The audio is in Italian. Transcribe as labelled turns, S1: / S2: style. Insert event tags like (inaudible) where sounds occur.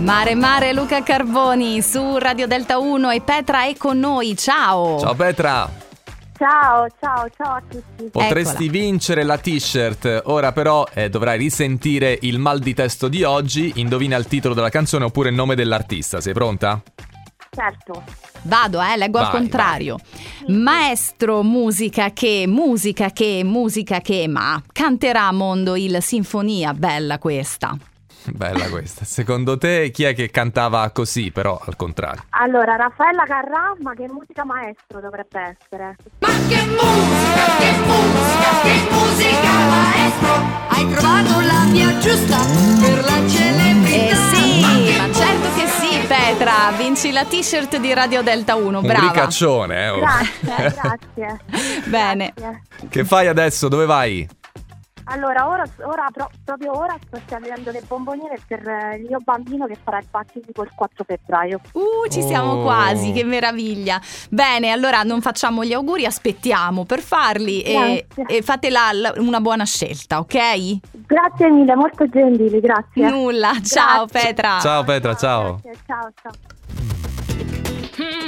S1: Mare Mare Luca Carboni su Radio Delta 1 e Petra è con noi, ciao!
S2: Ciao Petra,
S3: Ciao, ciao, ciao a tutti.
S2: potresti
S1: Eccola.
S2: vincere la t-shirt, ora però eh, dovrai risentire il mal di testo di oggi, indovina il titolo della canzone oppure il nome dell'artista, sei pronta? (laughs)
S3: Certo.
S1: Vado, eh, leggo al
S2: Vai,
S1: contrario. Maestro musica che, musica che, musica che, ma canterà a mondo il sinfonia, bella questa.
S2: Bella questa, secondo te chi è che cantava così però al contrario?
S3: Allora, Raffaella Carrà, ma che musica maestro dovrebbe essere?
S4: Ma che musica, che musica, che musica maestro Hai trovato la via giusta per la
S1: Eh
S4: celebrità
S1: sì, ma certo che sì Petra, vinci la t-shirt di Radio Delta 1,
S2: Un
S1: brava.
S2: ricaccione, eh? oh.
S3: Grazie,
S2: (laughs)
S3: grazie.
S1: Bene.
S3: Grazie.
S2: che fai adesso? Dove vai?
S3: Allora, ora, ora pro- proprio ora sto scambiando le bomboniere per eh, il mio bambino che farà il battesimo il 4 febbraio.
S1: Uh, ci siamo
S2: Oh.
S1: quasi, che meraviglia. Bene, allora non facciamo gli auguri, aspettiamo per farli e,
S3: Grazie.
S1: e fate la- la- una buona scelta, ok?
S3: Grazie mille, molto gentili, grazie.
S1: Nulla, ciao
S3: Grazie.
S1: Petra.
S2: Ciao Petra, ciao.
S3: Grazie, ciao, ciao.
S1: Mmm,
S4: Mm.